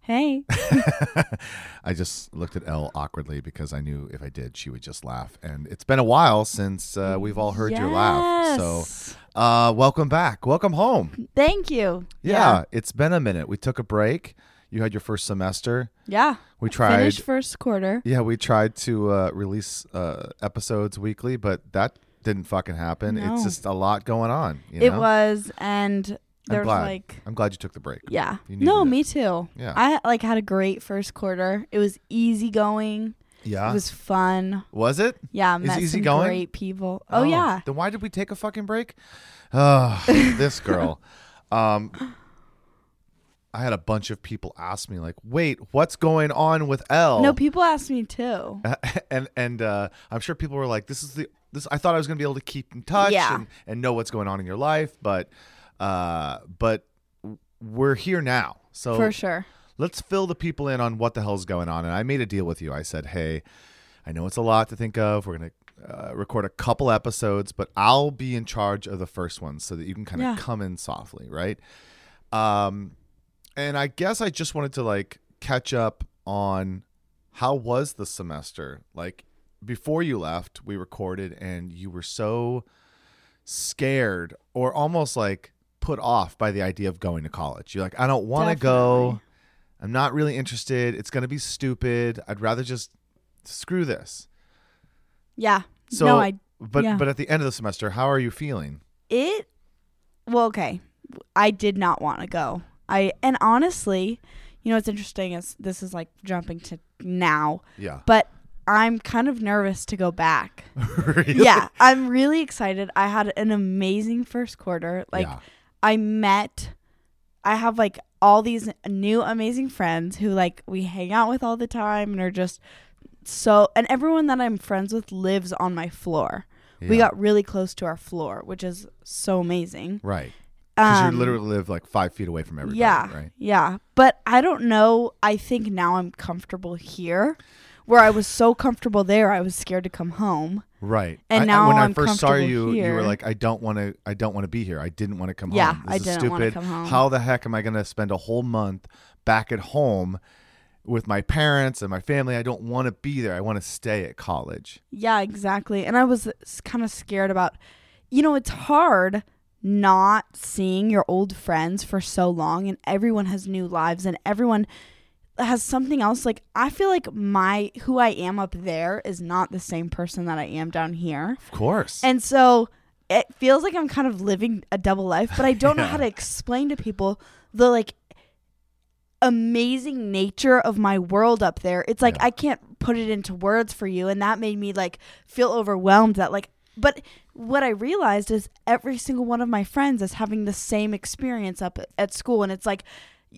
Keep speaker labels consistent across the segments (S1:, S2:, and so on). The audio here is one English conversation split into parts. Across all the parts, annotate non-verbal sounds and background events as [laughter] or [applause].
S1: Hey.
S2: I just looked at Elle awkwardly because I knew if I did, she would just laugh. And it's been a while since uh, we've all heard your laugh. So,
S1: Yes.
S2: uh, welcome back. Welcome home.
S1: Thank you.
S2: Yeah, it's been a minute. We took a break. You had your first semester.
S1: Yeah.
S2: We tried.
S1: Finished first quarter.
S2: Yeah, we tried to uh, release uh, episodes weekly, but that didn't fucking happen. It's
S1: No.
S2: just a lot going on. You
S1: It
S2: know?
S1: was, and
S2: I'm
S1: there was
S2: glad.
S1: like,
S2: I'm glad you took the break.
S1: yeah.
S2: You
S1: No,
S2: needed it.
S1: me too.
S2: Yeah.
S1: I like had a great first quarter. It was easy going.
S2: Yeah.
S1: It
S2: Was,
S1: was fun.
S2: it?
S1: Yeah,
S2: Is
S1: met
S2: easy
S1: some
S2: going?
S1: great people. Oh, yeah.
S2: Then why did we take a fucking break?
S1: [laughs]
S2: Oh, this girl. Um, I had a bunch of people ask me like, "Wait, what's going on with L?"
S1: No, people asked me too.
S2: and and uh, I'm sure people were like, "This is the this." I thought I was gonna be able to keep in touch
S1: Yeah.
S2: and, and know what's going on in your life, but uh, but we're here now, so
S1: For sure.
S2: let's fill the people in on what the hell's going on. And I made a deal with you. I said, hey, I know it's a lot to think of. We're gonna uh, record a couple episodes, but I'll be in charge of the first one so that you can kind of
S1: Yeah.
S2: come in softly, right? Um, and I guess I just wanted to like catch up on how was the semester like before you left we recorded and you were so scared or almost like put off by the idea of going to college you're like i don't want to go
S1: Definitely.
S2: i'm not really interested it's going to be stupid i'd rather just screw this
S1: Yeah.
S2: so
S1: no, I
S2: but
S1: yeah.
S2: but at the end of the semester how are you feeling
S1: it well okay i did not want to go i and honestly you know what's interesting is this is like jumping to now
S2: yeah [laughs]
S1: but i'm kind of nervous to go back
S2: Really?
S1: yeah i'm really excited i had an amazing first quarter like
S2: Yeah.
S1: i met i have like all these new amazing friends who like we hang out with all the time and are just so and everyone that i'm friends with lives on my floor we
S2: Yeah.
S1: got really close to our floor which is so amazing
S2: right because
S1: Um,
S2: you literally live like five feet away from everybody
S1: yeah
S2: right
S1: yeah but i don't know i think now i'm comfortable here where i was so comfortable there i was scared to come home
S2: Right.
S1: And
S2: I- I-
S1: now
S2: when
S1: I'm
S2: I first saw
S1: comfortable
S2: you, you were
S1: here.
S2: like, I don't want to. I don't want to be here. I didn't want to come
S1: Yeah,
S2: home. This
S1: I
S2: is
S1: didn't
S2: stupid.
S1: wanna come home."
S2: How the heck am I going to spend a whole month back at home with my parents and my family? I don't want to be there. I want to stay at college.
S1: yeah exactly and i was kind of scared about you know it's hard not seeing your old friends for so long and everyone has new lives and everyone has something else like i feel like my who i am up there is not the same person that i am down here
S2: Of course.
S1: And so it feels like I'm kind of living a double life, but I
S2: [laughs]
S1: don't know how to explain to people the like amazing nature of my world up there. It's like
S2: Yeah.
S1: I can't put it into words for you and that made me like feel overwhelmed that like but what I realized is every single one of my friends is having the same experience up at- at school and it's like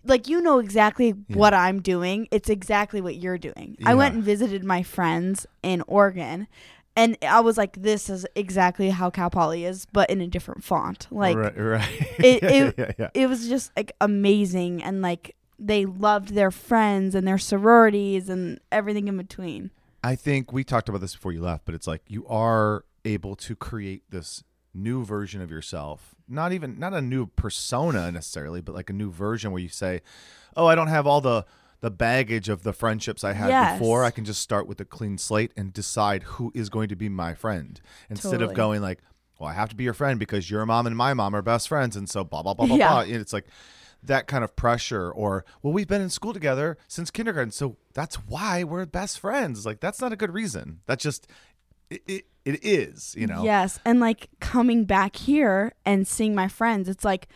S1: like you know exactly what I'm doing. It's exactly what you're doing. I went
S2: Yeah.
S1: and visited my friends in Oregon and I was like, this is exactly how Cal Poly is, but in a different font. Like
S2: right. right.
S1: it-
S2: [laughs] Yeah,
S1: it-
S2: yeah, yeah.
S1: it was just like amazing and like they loved their friends and their sororities and everything in between.
S2: I think we talked about this before you left, but it's like you are able to create this new version of yourself. Not even not a new persona necessarily, but like a new version where you say, "Oh, I don't have all the the baggage of the friendships I had
S1: Yes.
S2: before. I can just start with a clean slate and decide who is going to be my friend instead
S1: Totally.
S2: of going like, "Well, I have to be your friend because your mom and my mom are best friends and so blah blah blah blah
S1: Yeah.
S2: blah." And it's like that kind of pressure or well we've been in school together since kindergarten so that's why we're best friends like that's not a good reason that's just it, it, it is you know
S1: Yes. And like coming back here and seeing my friends, it's like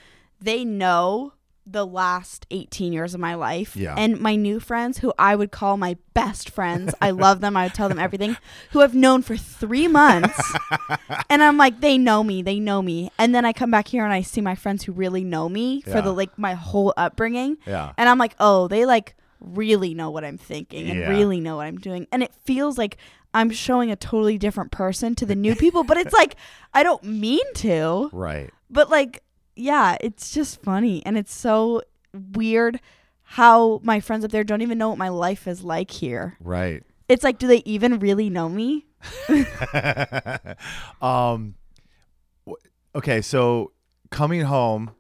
S1: they know the last 18 years of my life.
S2: Yeah.
S1: And my new friends, who I would call my best friends, I love them. I would tell
S2: [laughs]
S1: them everything, who I've known for three months. and I'm like, they know me. They know me. And then I come back here and I see my friends who really know me
S2: Yeah.
S1: for the like my whole upbringing.
S2: yeah
S1: And I'm like, oh, they like really know what I'm thinking and
S2: Yeah.
S1: really know what I'm doing. And it feels like I'm showing a totally different person to the new people, but it's like I don't mean to,
S2: right
S1: but like, yeah, it's just funny. And it's so weird how my friends up there don't even know what my life is like here.
S2: right
S1: It's like, do they even really know me?
S2: [laughs] um w- okay so coming home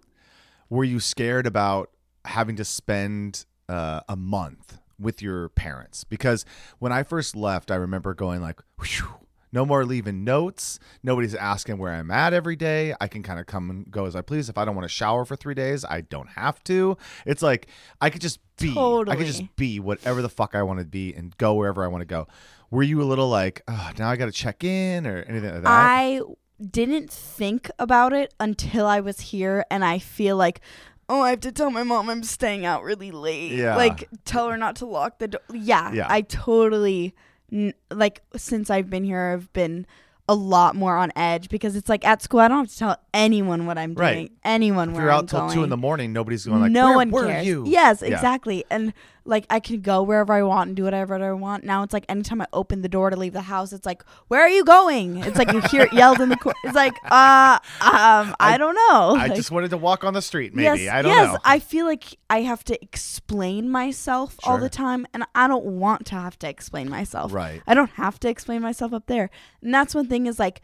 S2: were you scared about having to spend uh, a month with your parents because when I first left, I remember going like, "Whew, no more leaving notes. Nobody's asking where I'm at every day. I can kind of come and go as I please. If I don't want to shower for three days, I don't have to. It's like I could just be. I could just
S1: Totally.
S2: be whatever the fuck I want to be and go wherever I want to go. Were you a little like, oh, now I got to check in or anything like that?
S1: I didn't think about it until I was here, and I feel like, oh, I have to tell my mom I'm staying out really late.
S2: Yeah.
S1: Like, tell her not to lock the door. Yeah.
S2: Yeah.
S1: I totally, n- like, since I've been here, I've been a lot more on edge because it's like at school, I don't have to tell anyone what I'm
S2: Right.
S1: doing, anyone
S2: if
S1: where
S2: you're
S1: I'm
S2: out till
S1: going.
S2: two in the morning, nobody's going like,
S1: no
S2: where
S1: one
S2: were
S1: cares.
S2: you?
S1: Yes,
S2: Yeah.
S1: exactly. And like I can go wherever I want and do whatever I want. Now it's like anytime I open the door to leave the house, it's like, where are you going? It's like you hear it yelled in the corner. It's like, uh, um, I, don't know.
S2: [laughs] I
S1: Like,
S2: just wanted to walk on the street, maybe.
S1: Yes,
S2: I don't
S1: yes,
S2: know.
S1: I feel like I have to explain myself all
S2: Sure.
S1: the time, and I don't want to have to explain myself.
S2: Right.
S1: I don't have to explain myself up there, and that's one thing is like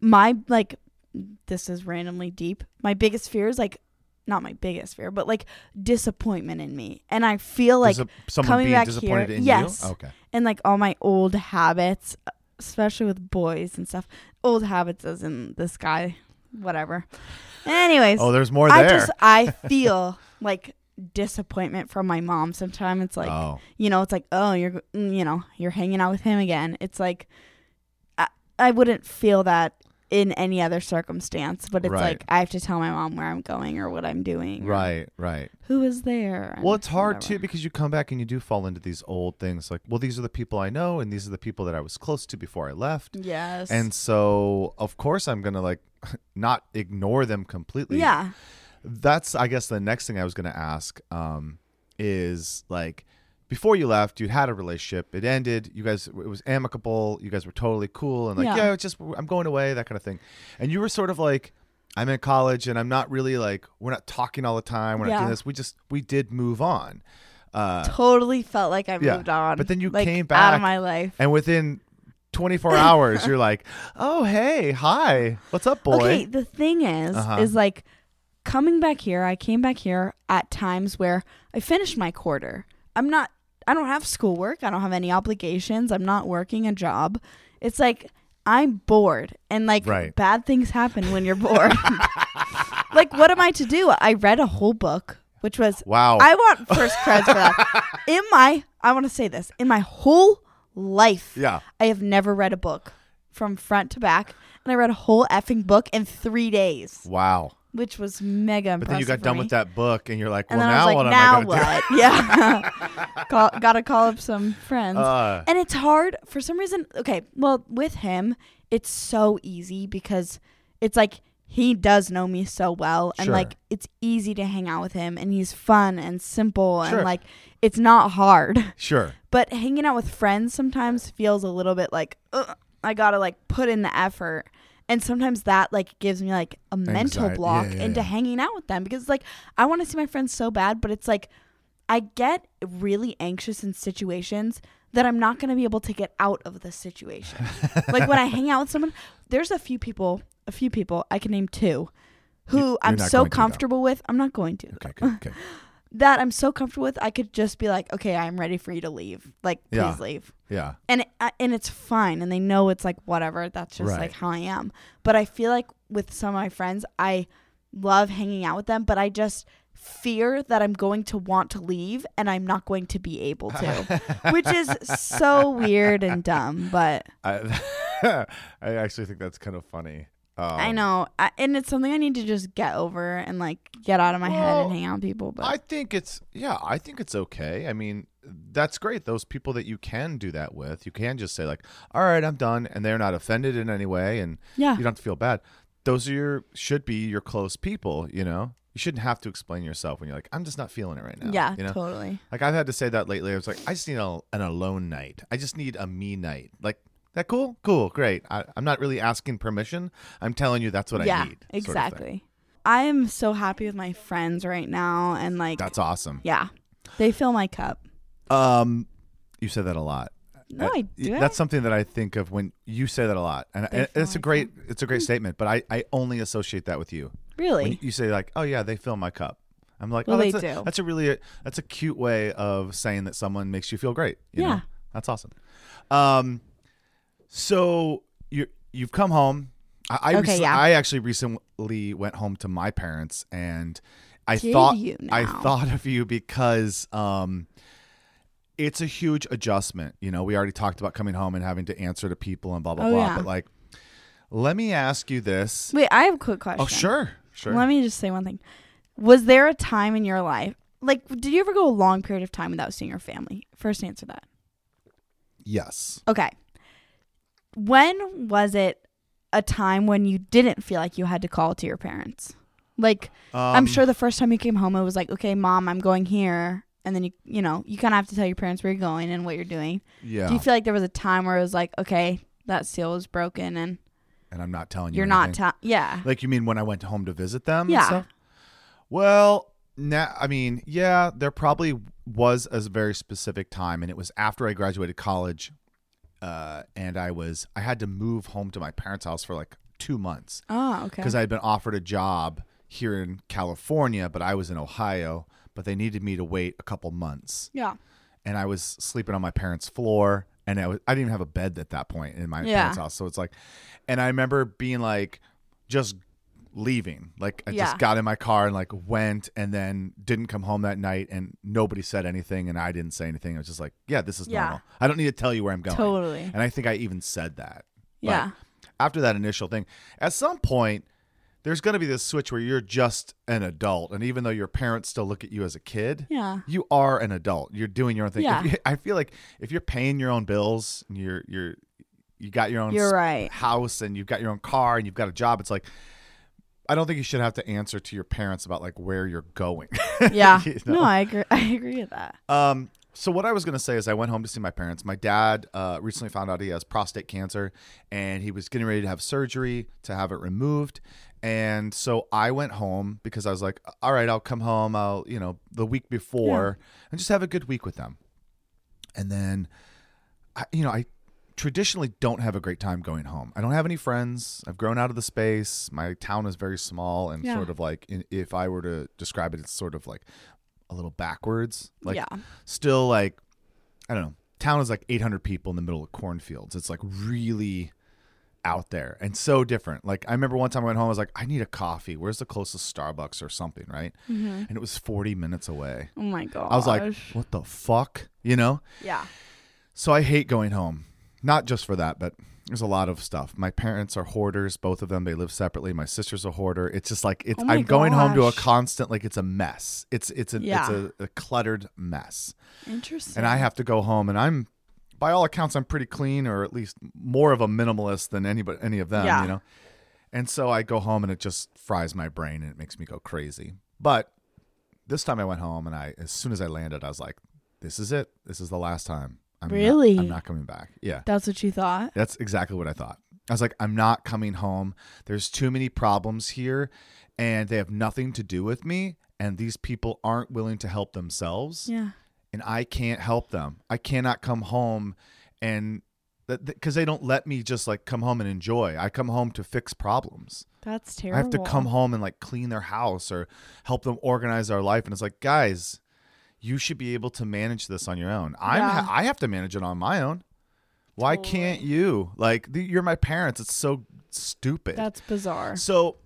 S1: my like this is randomly deep. My biggest fear is like not my biggest fear, but like disappointment in me, and I feel like
S2: Disa- someone
S1: coming
S2: being
S1: back
S2: disappointed
S1: here-
S2: in
S1: yes.
S2: you? Okay.
S1: and like all my old habits, especially with boys and stuff. Old habits as in this guy, whatever. Anyways,
S2: Oh, there's more
S1: I
S2: there.
S1: just
S2: [laughs]
S1: I feel like disappointment from my mom. Sometimes it's like
S2: oh,
S1: you know, it's like oh you're mm, you know you're hanging out with him again. It's like I, I wouldn't feel that in any other circumstance, but it's
S2: Right.
S1: like I have to tell my mom where I'm going or what I'm doing, or
S2: right, right.
S1: Who is there?
S2: Well,
S1: and
S2: it's hard
S1: whatever.
S2: too because you come back and you do fall into these old things like, well, these are the people I know and these are the people that I was close to before I left.
S1: Yes.
S2: And so, of course, I'm going to like [laughs] not ignore them completely.
S1: yeah,
S2: That's, I guess, the next thing I was going to ask um, is like, before you left, you had a relationship. It ended. You guys, it was amicable. You guys were totally cool and like, yeah,
S1: Yeah.
S2: it's just, I'm going away, that kind of thing. And you were sort of like, I'm in college and I'm not really like, we're not talking all the time. We're not
S1: Yeah.
S2: doing this. We just, we did move on. Uh,
S1: totally felt like I
S2: yeah.
S1: moved on.
S2: But then you
S1: like,
S2: came
S1: out
S2: back
S1: of my life.
S2: and within
S1: [laughs]
S2: 24 hours, you're like, oh, hey, hi, what's up, boy?
S1: Okay, the thing is,
S2: Uh-huh.
S1: is like coming back here. I came back here at times where I finished my quarter. I'm not. I don't have schoolwork. I don't have any obligations. I'm not working a job. It's like I'm bored, and like
S2: Right.
S1: bad things happen when you're bored. [laughs] like, what am I to do? I read a whole book, which was
S2: Wow.
S1: I want first creds for
S2: [laughs]
S1: that. In my, I want to say this in my whole life.
S2: yeah.
S1: I have never read a book from front to back, and I read a whole effing book in three days,
S2: Wow.
S1: which was mega impressive.
S2: But then you got
S1: for
S2: done
S1: me.
S2: with that book and you're like, well,
S1: and then
S2: now
S1: I was
S2: what
S1: like,
S2: am
S1: now
S2: I going to
S1: what? [laughs] yeah, call, gotta call up some friends.
S2: do? [laughs] Uh,
S1: and it's hard for some reason. Okay, well, with him, it's so easy because it's like he does know me so well, and
S2: Sure.
S1: like it's easy to hang out with him, and he's fun and simple,
S2: Sure.
S1: and like it's not hard. [laughs]
S2: sure.
S1: But hanging out with friends sometimes feels a little bit like "Ugh, I gotta like put in the effort, and sometimes that like gives me like a mental
S2: Anxiety.
S1: block
S2: Yeah, yeah,
S1: into
S2: yeah.
S1: hanging out with them because like I want to see my friends so bad, but it's like I get really anxious in situations that I'm not gonna be able to get out of the
S2: [laughs]
S1: situation. like when I hang out with someone, there's a few people, a few people I can name two, who
S2: You- you're
S1: I'm
S2: not
S1: so
S2: going to, though.
S1: comfortable with. I'm not going to
S2: Okay,
S1: [laughs]
S2: good, okay.
S1: that I'm so comfortable with, I could just be like, okay, I'm ready for you to leave. Like, please
S2: Yeah.
S1: leave.
S2: Yeah.
S1: And it, I- and it's fine, and they know it's like whatever. That's just
S2: Right.
S1: like how I am. But I feel like with some of my friends, I love hanging out with them, but I just fear that I'm going to want to leave, and I'm not going to be able to,
S2: [laughs]
S1: which is so weird and dumb. But
S2: I, I [laughs] actually think that's kind of funny. Um,
S1: I know, I, and it's something I need to just get over and like get out of my head
S2: Well,
S1: and hang out with people. But
S2: I think it's yeah, I think it's okay. I mean, that's great. Those people that you can do that with, you can just say like, "All right, I'm done," and they're not offended in any way, and
S1: yeah,
S2: you don't have to feel bad. Those are your should be your close people. You know, you shouldn't have to explain yourself when you're like, "I'm just not feeling it right now."
S1: yeah,
S2: you know,
S1: totally.
S2: like I've had to say that lately. I was like, "I just need a, an alone night. I just need a me night." Like. That cool? Cool, great. I, I'm not really asking permission. I'm telling you that's what I need. sort of thing.
S1: Exactly. I am so happy with my friends right now and like
S2: That's awesome.
S1: yeah. They fill my cup.
S2: Um, you said that a lot.
S1: No,
S2: Uh,
S1: I do.
S2: That's something that I think of when you say that a lot, and, and
S1: feel
S2: it's a
S1: my
S2: great
S1: Hmm.
S2: it's a great statement. But I I only associate that with you.
S1: really.
S2: When you say like, oh yeah, they fill my cup. I'm like,
S1: Well,
S2: oh, that's
S1: they
S2: a,
S1: do.
S2: That's a really that's a cute way of saying that someone makes you feel great. you know?
S1: Yeah.
S2: that's awesome. Um, so you you've come home. I I,
S1: Okay,
S2: rec-
S1: yeah.
S2: I actually recently went home to my parents, and I
S1: Did
S2: thought
S1: you
S2: I
S1: now?
S2: thought of you because um, it's a huge adjustment. You know, we already talked about coming home and having to answer to people and blah blah
S1: Oh,
S2: blah.
S1: yeah.
S2: But like, let me ask you this.
S1: Wait, I have a quick question.
S2: Oh, sure, sure.
S1: Let me just say one thing. Was there a time in your life, like, did you ever go a long period of time without seeing your family? First answer that.
S2: yes.
S1: Okay. When was it a time when you didn't feel like you had to call to your parents? Like, I'm
S2: Um,
S1: sure the first time you came home, it was like, okay, mom, I'm going here. And then you, you know, you kind of have to tell your parents where you're going and what you're doing.
S2: Yeah.
S1: Do you feel like there was a time where it was like, okay, that seal is broken and
S2: and I'm not telling you.
S1: you're not,
S2: anything.
S1: ta- yeah.
S2: Like you mean when I went home to visit them? and
S1: Yeah.
S2: stuff? Well, now I mean, yeah, there probably was a very specific time, and it was after I graduated college, uh, and I was I had to move home to my parents' house for like two months
S1: Oh, okay.
S2: because I had been offered a job here in California, but I was in Ohio, but they needed me to wait a couple months,
S1: yeah.
S2: and I was sleeping on my parents' floor. And I, was, I didn't even have a bed at that point in my
S1: Yeah.
S2: parents' house. So it's like, and I remember being like, just leaving. Like I
S1: Yeah.
S2: just got in my car and like went and then didn't come home that night and nobody said anything and I didn't say anything. I was just like, yeah, this is
S1: Yeah.
S2: normal. I don't need to tell you where I'm going.
S1: Totally.
S2: And I think I even said that. Like,
S1: yeah.
S2: after that initial thing, at some point there's going to be this switch where you're just an adult and even though your parents still look at you as a kid,
S1: Yeah.
S2: you are an adult. You're doing your own thing. If
S1: Yeah.
S2: you- [laughs] I feel like if you're paying your own bills, and you're you're you got your own
S1: You're
S2: sp- [laughs]
S1: right.
S2: house and you've got your own car and you've got a job. It's like I don't think you should have to answer to your parents about like where you're going.
S1: Yeah.
S2: [laughs] You know?
S1: No, I agree. [laughs] I agree with that.
S2: Um, so what I was gonna say is I went home to see my parents. My dad uh, recently found out he has prostate cancer, and he was getting ready to have surgery to have it removed. And so I went home because I was like, all right, I'll come home. I'll you know the week before and just have a good week with them. And then, I, you know, I traditionally don't have a great time going home. I don't have any friends. I've grown out of the space. My town is very small and
S1: Yeah.
S2: sort of like, in- if I were to describe it, it's sort of like a little backwards. Like
S1: yeah.
S2: still like I don't know. Town is like 800 people in the middle of cornfields. It's like really out there and so different. Like I remember one time I went home. I was like, I need a coffee. Where's the closest Starbucks or something, right? And it was 40 minutes away.
S1: Mm-hmm. Oh my gosh.
S2: I was like, what the fuck, you know?
S1: yeah.
S2: So I hate going home. Not just for that, but there's a lot of stuff. My parents are hoarders, both of them. They live separately. My sister's a hoarder. It's just like it's
S1: Oh my
S2: I'm going home to a
S1: gosh.
S2: constant like it's a mess. It's it's a it's
S1: Yeah.
S2: a, a cluttered mess
S1: Interesting.
S2: and I have to go home. And I'm, by all accounts, I'm pretty clean, or at least more of a minimalist than anybody, any of them.
S1: Yeah.
S2: You know, and so I go home, and it just fries my brain, and it makes me go crazy. But this time I went home, and I, as soon as I landed, I was like, "This is it. This is the last time. I'm not-
S1: Really?
S2: I'm not coming back." Yeah.
S1: That's what you thought.
S2: That's exactly what I thought. I was like, I'm not coming home. There's too many problems here, and they have nothing to do with me. And these people aren't willing to help themselves
S1: Yeah.
S2: and I can't help them. I cannot come home and that because they don't let me just like come home and enjoy. I come home to fix problems.
S1: That's
S2: I
S1: terrible.
S2: have to come home and like clean their house or help them organize their life. And it's like, guys, you should be able to manage this on your own. I'm
S1: Yeah.
S2: I have to manage it on my own. Why can't you? Like the, you're my parents. It's so stupid.
S1: That's bizarre.
S2: So,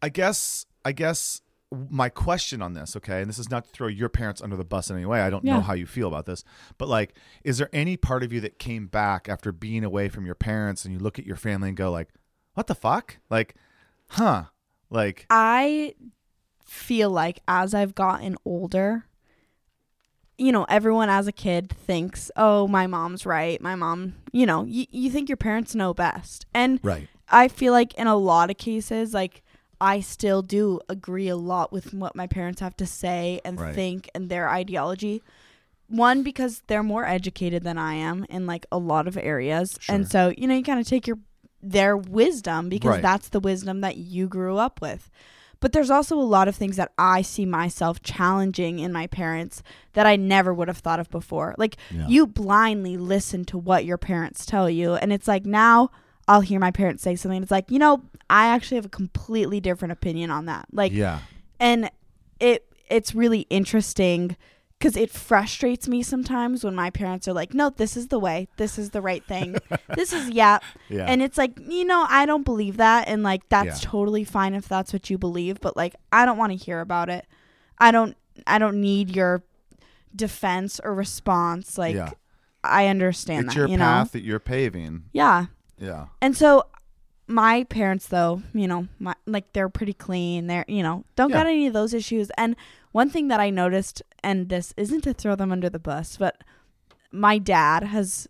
S2: I guess I guess my question on this, okay, and this is not to throw your parents under the bus in any way. I don't know
S1: Yeah.
S2: how you feel about this, but like, is there any part of you that came back after being away from your parents and you look at your family and go like, "What the fuck?" Like, huh? Like,
S1: I feel like as I've gotten older, you know, everyone as a kid thinks, oh, my mom's right. My mom, you know, y- you think your parents know best. And
S2: right?
S1: I feel like in a lot of cases, like, I still do agree a lot with what my parents have to say and
S2: Right.
S1: think and their ideology. One, because they're more educated than I am in like a lot of areas. And so, you know, you kind of take your their wisdom because
S2: Right.
S1: that's the wisdom that you grew up with. But there's also a lot of things that I see myself challenging in my parents that I never would have thought of before. Like
S2: Yeah.
S1: you blindly listen to what your parents tell you and it's like now I'll hear my parents say something. It's like, you know, I actually have a completely different opinion on that. Like
S2: Yeah,
S1: and it it's really interesting because it frustrates me sometimes when my parents are like, "No, this is the way. This is the right thing. this is yeah.
S2: Yeah.
S1: And it's like, you know, I don't believe that, and like that's
S2: Yeah.
S1: totally fine if that's what you believe, but like I don't want to hear about it. I don't. I don't need your defense or response. Like
S2: Yeah.
S1: I understand
S2: it's
S1: that.
S2: your
S1: you
S2: path
S1: know.
S2: that you're paving.
S1: Yeah.
S2: Yeah.
S1: And so my parents though, you know, my like they're pretty clean. They're, you know, don't
S2: Yeah.
S1: got any of those issues. And one thing that I noticed and this isn't to throw them under the bus, but my dad has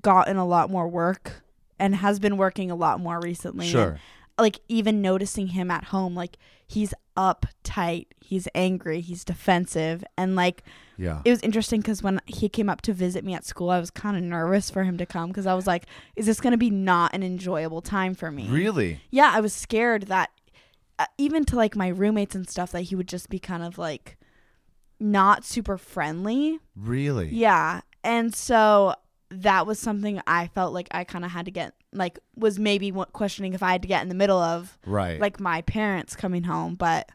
S1: gotten a lot more work and has been working a lot more recently. And,
S2: Sure.
S1: like even noticing him at home like he's uptight, he's angry, he's defensive and like
S2: Yeah.
S1: it was interesting because when he came up to visit me at school, I was kind of nervous for him to come because I was like, is this going to be not an enjoyable time for me?
S2: Really?
S1: Yeah, I was scared that uh, even to like my roommates and stuff, that he would just be kind of like not super friendly.
S2: Really?
S1: Yeah. And so that was something I felt like I kind of had to get, like, was maybe wa- questioning if I had to get in the middle of
S2: Right.
S1: like my parents coming home, but.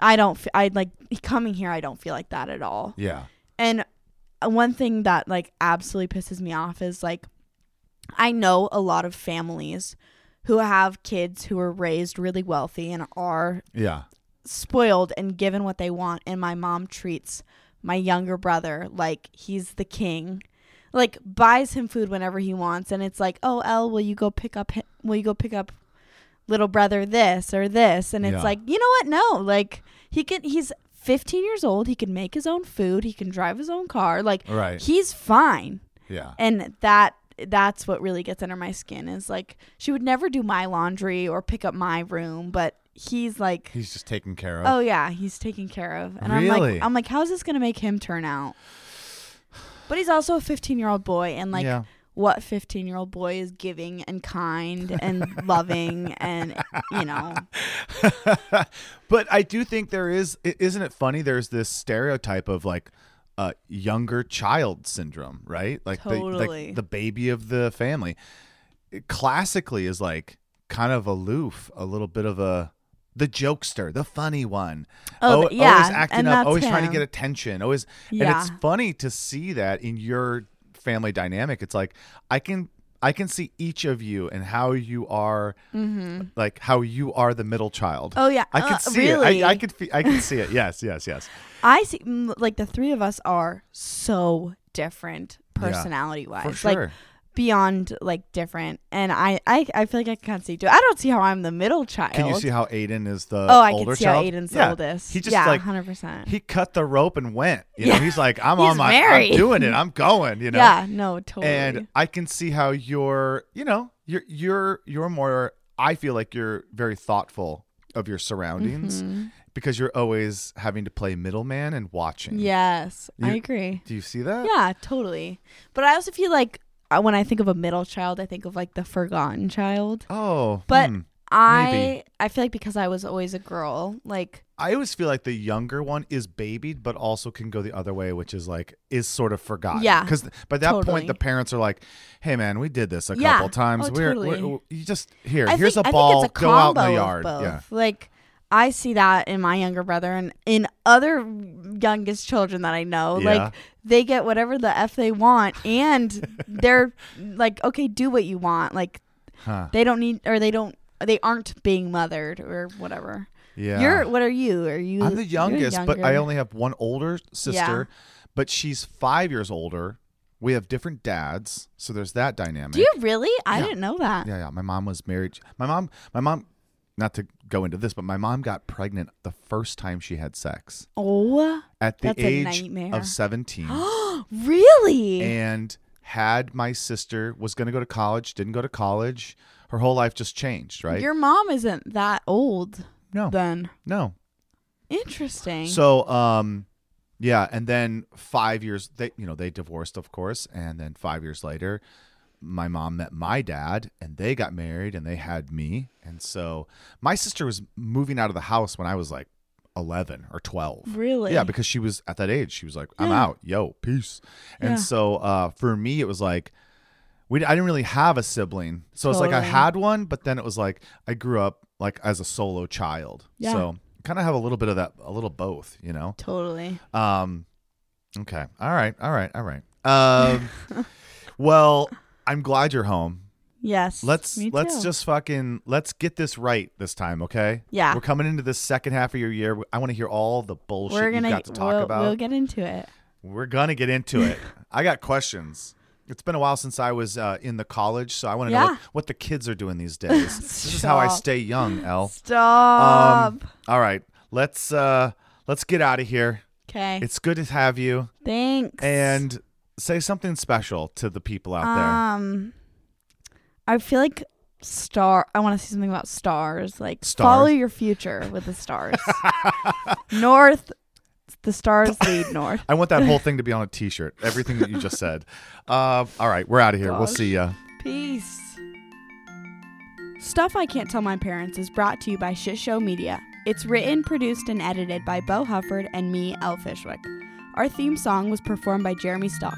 S1: I don't. f- I like coming here. I don't feel like that at all.
S2: yeah.
S1: And uh, one thing that like absolutely pisses me off is like I know a lot of families who have kids who are raised really wealthy and are
S2: Yeah.
S1: spoiled and given what they want and my mom treats my younger brother like he's the king. Like buys him food whenever he wants and it's like, "Oh, El, will you go pick up hi- will you go pick up little brother this or this?" And it's
S2: Yeah.
S1: like, "You know what? No. Like he can he's 15 years old, he can make his own food, he can drive his own car. Like
S2: Right.
S1: he's fine."
S2: Yeah.
S1: And that that's what really gets under my skin is like she would never do my laundry or pick up my room, but he's like
S2: He's just taken care of.
S1: Oh yeah, he's taken care of. And I'm
S2: Really?
S1: like I'm like, how's this gonna make him turn out? But he's also a fifteen year old boy and like
S2: Yeah.
S1: what fifteen year old boy is giving and kind and
S2: [laughs]
S1: loving and you know
S2: [laughs] but I do think there is, i- isn't it funny? There's this stereotype of like uh, younger child syndrome, right? Like, the,
S1: Totally.
S2: like the baby of the family. It classically is like kind of aloof, a little bit of a the jokester, the funny one.
S1: Oh,
S2: Al-
S1: th- yeah,
S2: always acting
S1: and
S2: up,
S1: that's
S2: always trying to
S1: him.
S2: get attention, always.
S1: Yeah.
S2: And it's funny to see that in your family dynamic. It's like I can. I can see each of you and how you are,
S1: Mm-hmm.
S2: like how you are the middle child.
S1: Oh, yeah.
S2: I can
S1: Uh,
S2: see it.
S1: really?
S2: I, I could, fe- I can see it. Yes,
S1: [laughs]
S2: yes, yes.
S1: I see mm, like the three of us are so different
S2: Yeah,
S1: personality wise.
S2: For
S1: Like
S2: sure.
S1: beyond like different and I, I I feel like I can't see I don't see how I'm the middle child.
S2: can you see how Aiden is the
S1: oh, I
S2: older
S1: can see
S2: child?
S1: how Aiden's
S2: yeah.
S1: oldest.
S2: He just
S1: yeah,
S2: like
S1: hundred percent.
S2: he cut the rope and went. You
S1: Yeah.
S2: know, he's like,
S1: [laughs]
S2: I'm
S1: He's
S2: on my,
S1: married.
S2: I'm doing it. I'm going. You know.
S1: Yeah, no, totally.
S2: and I can see how you're, you know, you're you're you're more. I feel like you're very thoughtful of your
S1: Mm-hmm.
S2: surroundings
S1: Hmm.
S2: because you're always having to play middleman and watching.
S1: yes, I
S2: You-
S1: agree.
S2: Do you see that?
S1: Yeah, totally. But I also feel like uh, when I think of a middle child, I think of like the forgotten child.
S2: Oh,
S1: But
S2: hmm.
S1: I
S2: maybe.
S1: I feel like because I was always a girl, like
S2: I always feel like the younger one is babied, but also can go the other way, which is like is sort of forgotten.
S1: Yeah,
S2: because by that
S1: totally.
S2: point the parents are like, "Hey, man, we did this a
S1: Yeah.
S2: couple times.
S1: Oh,
S2: we're,
S1: totally.
S2: we're- you just here.
S1: I
S2: here's
S1: think,
S2: a
S1: I
S2: ball.
S1: think it's a
S2: go out in
S1: combo
S2: the
S1: of
S2: yard.
S1: both.
S2: Yeah,
S1: Like I see that in my younger brother and in other youngest children that I know.
S2: Yeah.
S1: Like they get whatever the f they want,
S2: [laughs]
S1: and they're like, okay, do what you want. Like
S2: huh?
S1: they don't need or they don't they aren't being mothered or whatever.
S2: Yeah,
S1: You're what are you? Are you?
S2: I'm the
S1: you're
S2: youngest, but I
S1: younger.
S2: only have one older sister, but she's five years older. We have different dads, so there's that dynamic.
S1: Do you really? I
S2: Yeah.
S1: didn't know that.
S2: Yeah, yeah. My mom was married. My mom, my mom. Not to go into this, but my mom got pregnant the first time she had sex.
S1: Oh,
S2: at the
S1: That's a
S2: age
S1: nightmare. [gasps]
S2: of 17
S1: really?
S2: and had my sister was going to go to college didn't go to college her whole life just changed right
S1: Your mom isn't that old
S2: no
S1: then.
S2: no
S1: Interesting.
S2: so um yeah and then 5 years they you know they divorced of course and then 5 years later my mom met my dad and they got married and they had me and so my sister was moving out of the house when I was like 11 or 12
S1: really?
S2: Yeah, because she was at that age. She was like, "I'm
S1: Yeah.
S2: out, yo, peace." And
S1: Yeah.
S2: so uh, for me, it was like we I didn't really have a sibling, so it's like I
S1: Totally.
S2: had one, but then it was like I grew up like as a solo child.
S1: Yeah.
S2: So kind of have a little bit of that, a little both, you know.
S1: Totally.
S2: Um, okay. All right. All right. All right.
S1: [laughs]
S2: Um, well, I'm glad you're home.
S1: Yes.
S2: Let's
S1: me
S2: let's
S1: too.
S2: just fucking let's get this right this time, okay?
S1: Yeah.
S2: We're coming into this second half of your year. I want to hear all the bullshit
S1: we're gonna
S2: you got to talk
S1: we'll,
S2: about.
S1: we'll get into it.
S2: We're gonna get into it. [laughs] I got questions. It's been a while since I was uh, in the college, so I want to know
S1: Yeah.
S2: what, what the kids are doing these days.
S1: [laughs]
S2: this is how I Um,
S1: Stop.
S2: stay young, L.
S1: Stop.
S2: All right, let's uh, let's get out of here.
S1: Okay.
S2: It's good to have you,
S1: Thanks.
S2: and say something special to the people out there.
S1: um, I feel like star. I want to see something about stars. Like follow
S2: Stars?
S1: your future with the stars.
S2: [laughs]
S1: Um, north, the stars lead north.
S2: I want that whole thing to be on a T-shirt. Everything that you just said. Uh, all right, we're out of here. We'll
S1: Gosh.
S2: see ya.
S1: Peace. Stuff I Can't Tell My Parents is brought to you by Shit Show Media. It's written, produced, and edited by Bo Hufford and me, Elle Fishwick. Our theme song was performed by Jeremy Stock.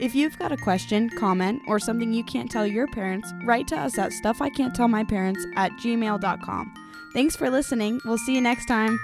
S1: If you've got a question, comment, or something you can't tell your parents, write to us at stuffican'ttellmyparents at gmail.com. Thanks for listening. We'll see you next time.